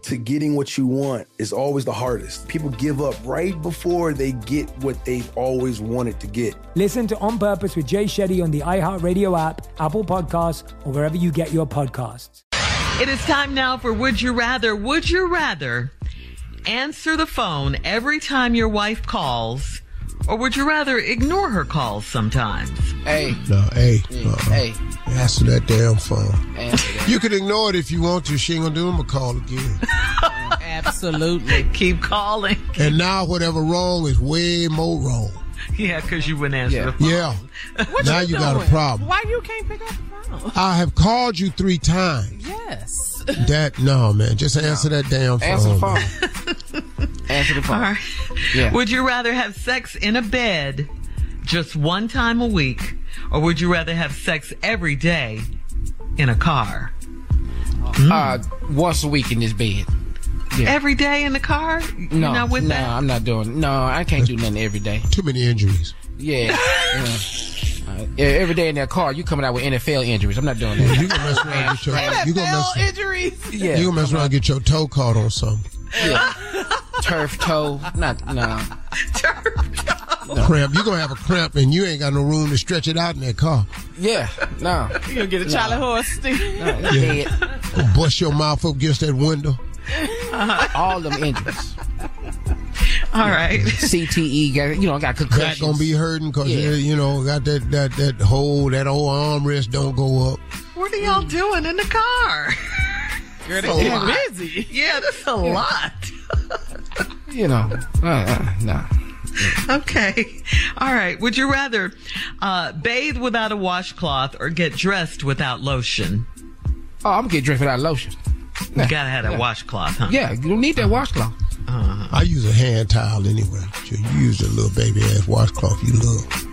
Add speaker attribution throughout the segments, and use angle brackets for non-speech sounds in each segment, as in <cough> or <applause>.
Speaker 1: to getting what you want is always the hardest. People give up right before they get what they've always wanted to get.
Speaker 2: Listen to On Purpose with Jay Shetty on the iHeartRadio app, Apple Podcasts, or wherever you get your podcasts.
Speaker 3: It is time now for Would You Rather? Would you rather answer the phone every time your wife calls, or would you rather ignore her calls sometimes?
Speaker 4: Hey.
Speaker 5: No, hey. Uh-uh. Hey. Answer that damn phone. You can ignore it if you want to. She ain't gonna do him a call again.
Speaker 3: Absolutely. Keep calling. <laughs>
Speaker 5: and now whatever wrong is way more wrong.
Speaker 3: Yeah, because you wouldn't answer the phone.
Speaker 5: Yeah. now you, got a problem.
Speaker 6: Why you can't pick up the
Speaker 5: <laughs>
Speaker 6: phone?
Speaker 5: I have called you three times.
Speaker 6: Yes.
Speaker 5: That no man, just answer that damn phone.
Speaker 4: Answer the phone. Oh, Answer the phone.
Speaker 3: All right.
Speaker 4: Yeah.
Speaker 3: Would you rather have sex in a bed just one time a week, or would you rather have sex every day in a car?
Speaker 4: Uh, once a week in this bed. Yeah.
Speaker 3: Every day in the car? You're
Speaker 4: No,
Speaker 3: not with
Speaker 4: no,
Speaker 3: that?
Speaker 4: I'm not doing. No, I can't do nothing every day.
Speaker 5: Too many injuries.
Speaker 3: <laughs>
Speaker 4: Yeah. yeah. Uh, yeah, every day in that car, you coming out with NFL injuries. I'm not doing that.
Speaker 5: You gonna mess around and get your you gonna mess,
Speaker 6: injuries.
Speaker 4: <laughs> Yeah,
Speaker 5: you gonna mess around and get your toe caught on something.
Speaker 4: turf toe. Not no.
Speaker 5: Cramp. You gonna have a cramp and you ain't got no room to stretch it out in that car.
Speaker 4: Yeah, no.
Speaker 6: You gonna get a child horse, <laughs> Steve?
Speaker 4: Dead.
Speaker 5: Bust your mouth up against that window.
Speaker 4: All them injuries.
Speaker 3: All right.
Speaker 4: CTE. Got, you know, got
Speaker 5: Back
Speaker 4: concussions.
Speaker 5: gonna be hurting because
Speaker 4: Yeah.
Speaker 5: you know got that that that whole that old armrest don't go up.
Speaker 3: What are y'all doing in the car? <laughs>
Speaker 6: Girl,
Speaker 5: So
Speaker 6: they getting
Speaker 5: hot.
Speaker 6: busy.
Speaker 3: Yeah, that's a lot.
Speaker 4: You know, uh, uh, no.
Speaker 3: Okay. All right. Would you rather uh, bathe without a washcloth or get dressed without lotion?
Speaker 4: Oh, I'm gonna get dressed without lotion.
Speaker 3: You gotta have that washcloth, huh?
Speaker 4: Yeah, you don't need that washcloth.
Speaker 5: I use a hand towel anyway. So you use a little baby ass washcloth you love.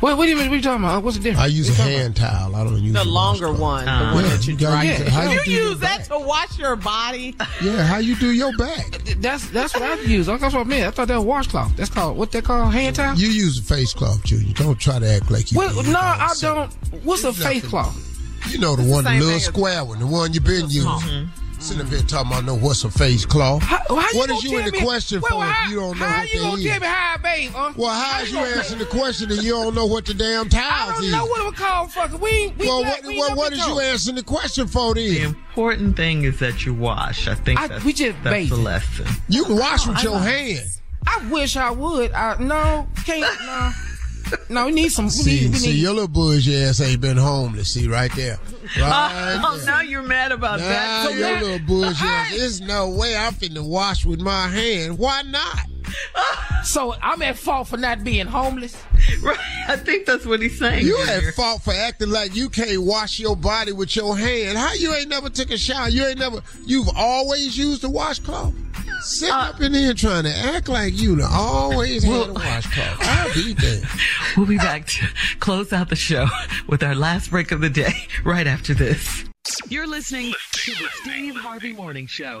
Speaker 4: What, what do you mean? What you talking about? What's the difference?
Speaker 5: I use a
Speaker 4: What you talking
Speaker 5: hand towel. I don't use
Speaker 6: The
Speaker 5: a
Speaker 6: longer
Speaker 5: washcloth.
Speaker 6: one, the
Speaker 5: Yeah,
Speaker 6: one that you
Speaker 5: you gotta
Speaker 6: dry.
Speaker 5: use it. How
Speaker 6: You
Speaker 5: do
Speaker 6: use
Speaker 5: your
Speaker 6: that to wash your body.
Speaker 5: back? Yeah, how you do your back?
Speaker 4: about? <laughs> That's that's what I use. That's what I meant. I thought that was washcloth. That's called what they call hand towel.
Speaker 5: You use a face cloth, Junior. Don't try to act like you.
Speaker 4: Well,
Speaker 5: do.
Speaker 4: no, I
Speaker 5: So-
Speaker 4: don't. What's a
Speaker 5: It's
Speaker 4: face
Speaker 5: nothing.
Speaker 4: cloth?
Speaker 5: You know the one, the,
Speaker 6: same
Speaker 5: little
Speaker 6: thing as-
Speaker 5: square one, the one you been using. Sitting up here talking about know what's a face cloth.
Speaker 4: How, how
Speaker 5: what
Speaker 4: you
Speaker 5: is you
Speaker 4: gonna
Speaker 5: in the
Speaker 4: tell me-
Speaker 5: question
Speaker 4: Wait,
Speaker 5: for
Speaker 4: well,
Speaker 5: if you don't know
Speaker 4: How
Speaker 5: what
Speaker 4: you
Speaker 5: they
Speaker 4: gonna
Speaker 5: is?
Speaker 4: tell me how I bathe? Um,
Speaker 5: well, how is you
Speaker 4: gonna-
Speaker 5: answering the question and you don't know what the damn
Speaker 4: I
Speaker 5: towels
Speaker 4: don't
Speaker 5: is?
Speaker 4: know what it was called. Fuck, we ain't. We
Speaker 5: well,
Speaker 4: black,
Speaker 5: what,
Speaker 4: we
Speaker 5: well,
Speaker 4: know
Speaker 5: what
Speaker 4: we
Speaker 5: is you
Speaker 4: don't.
Speaker 5: answering the question for then?
Speaker 3: The important thing is that you wash. I think
Speaker 4: I-
Speaker 3: that's,
Speaker 4: we just
Speaker 3: that's
Speaker 4: bathe.
Speaker 3: the lesson.
Speaker 5: You can wash with your hand.
Speaker 4: I wish I would. I no, can't no. No, we need some. We
Speaker 5: See,
Speaker 4: need, we
Speaker 5: see,
Speaker 4: need,
Speaker 5: your little bougie ass ain't been homeless. See, right
Speaker 4: <laughs>
Speaker 5: there. Right
Speaker 3: Oh,
Speaker 5: there. Ah,
Speaker 3: now you're mad about
Speaker 5: Nah,
Speaker 3: that.
Speaker 5: your little bougie ass. There's no way I'm finna wash with my hand. Why not?
Speaker 4: So I'm at fault for not being homeless.
Speaker 3: Right. <laughs> I think that's what he's saying.
Speaker 5: You
Speaker 3: Junior.
Speaker 5: at fault for acting like you can't wash your body with your hand. How you ain't never took a shower? You ain't never. You've always used a washcloth. Sitting
Speaker 4: Uh,
Speaker 5: up in here trying to act like you done always had a washcloth. I'll be there.
Speaker 3: <laughs> We'll be back to close out the show with our last break of the day right after this. You're listening to the Steve Harvey Morning Show.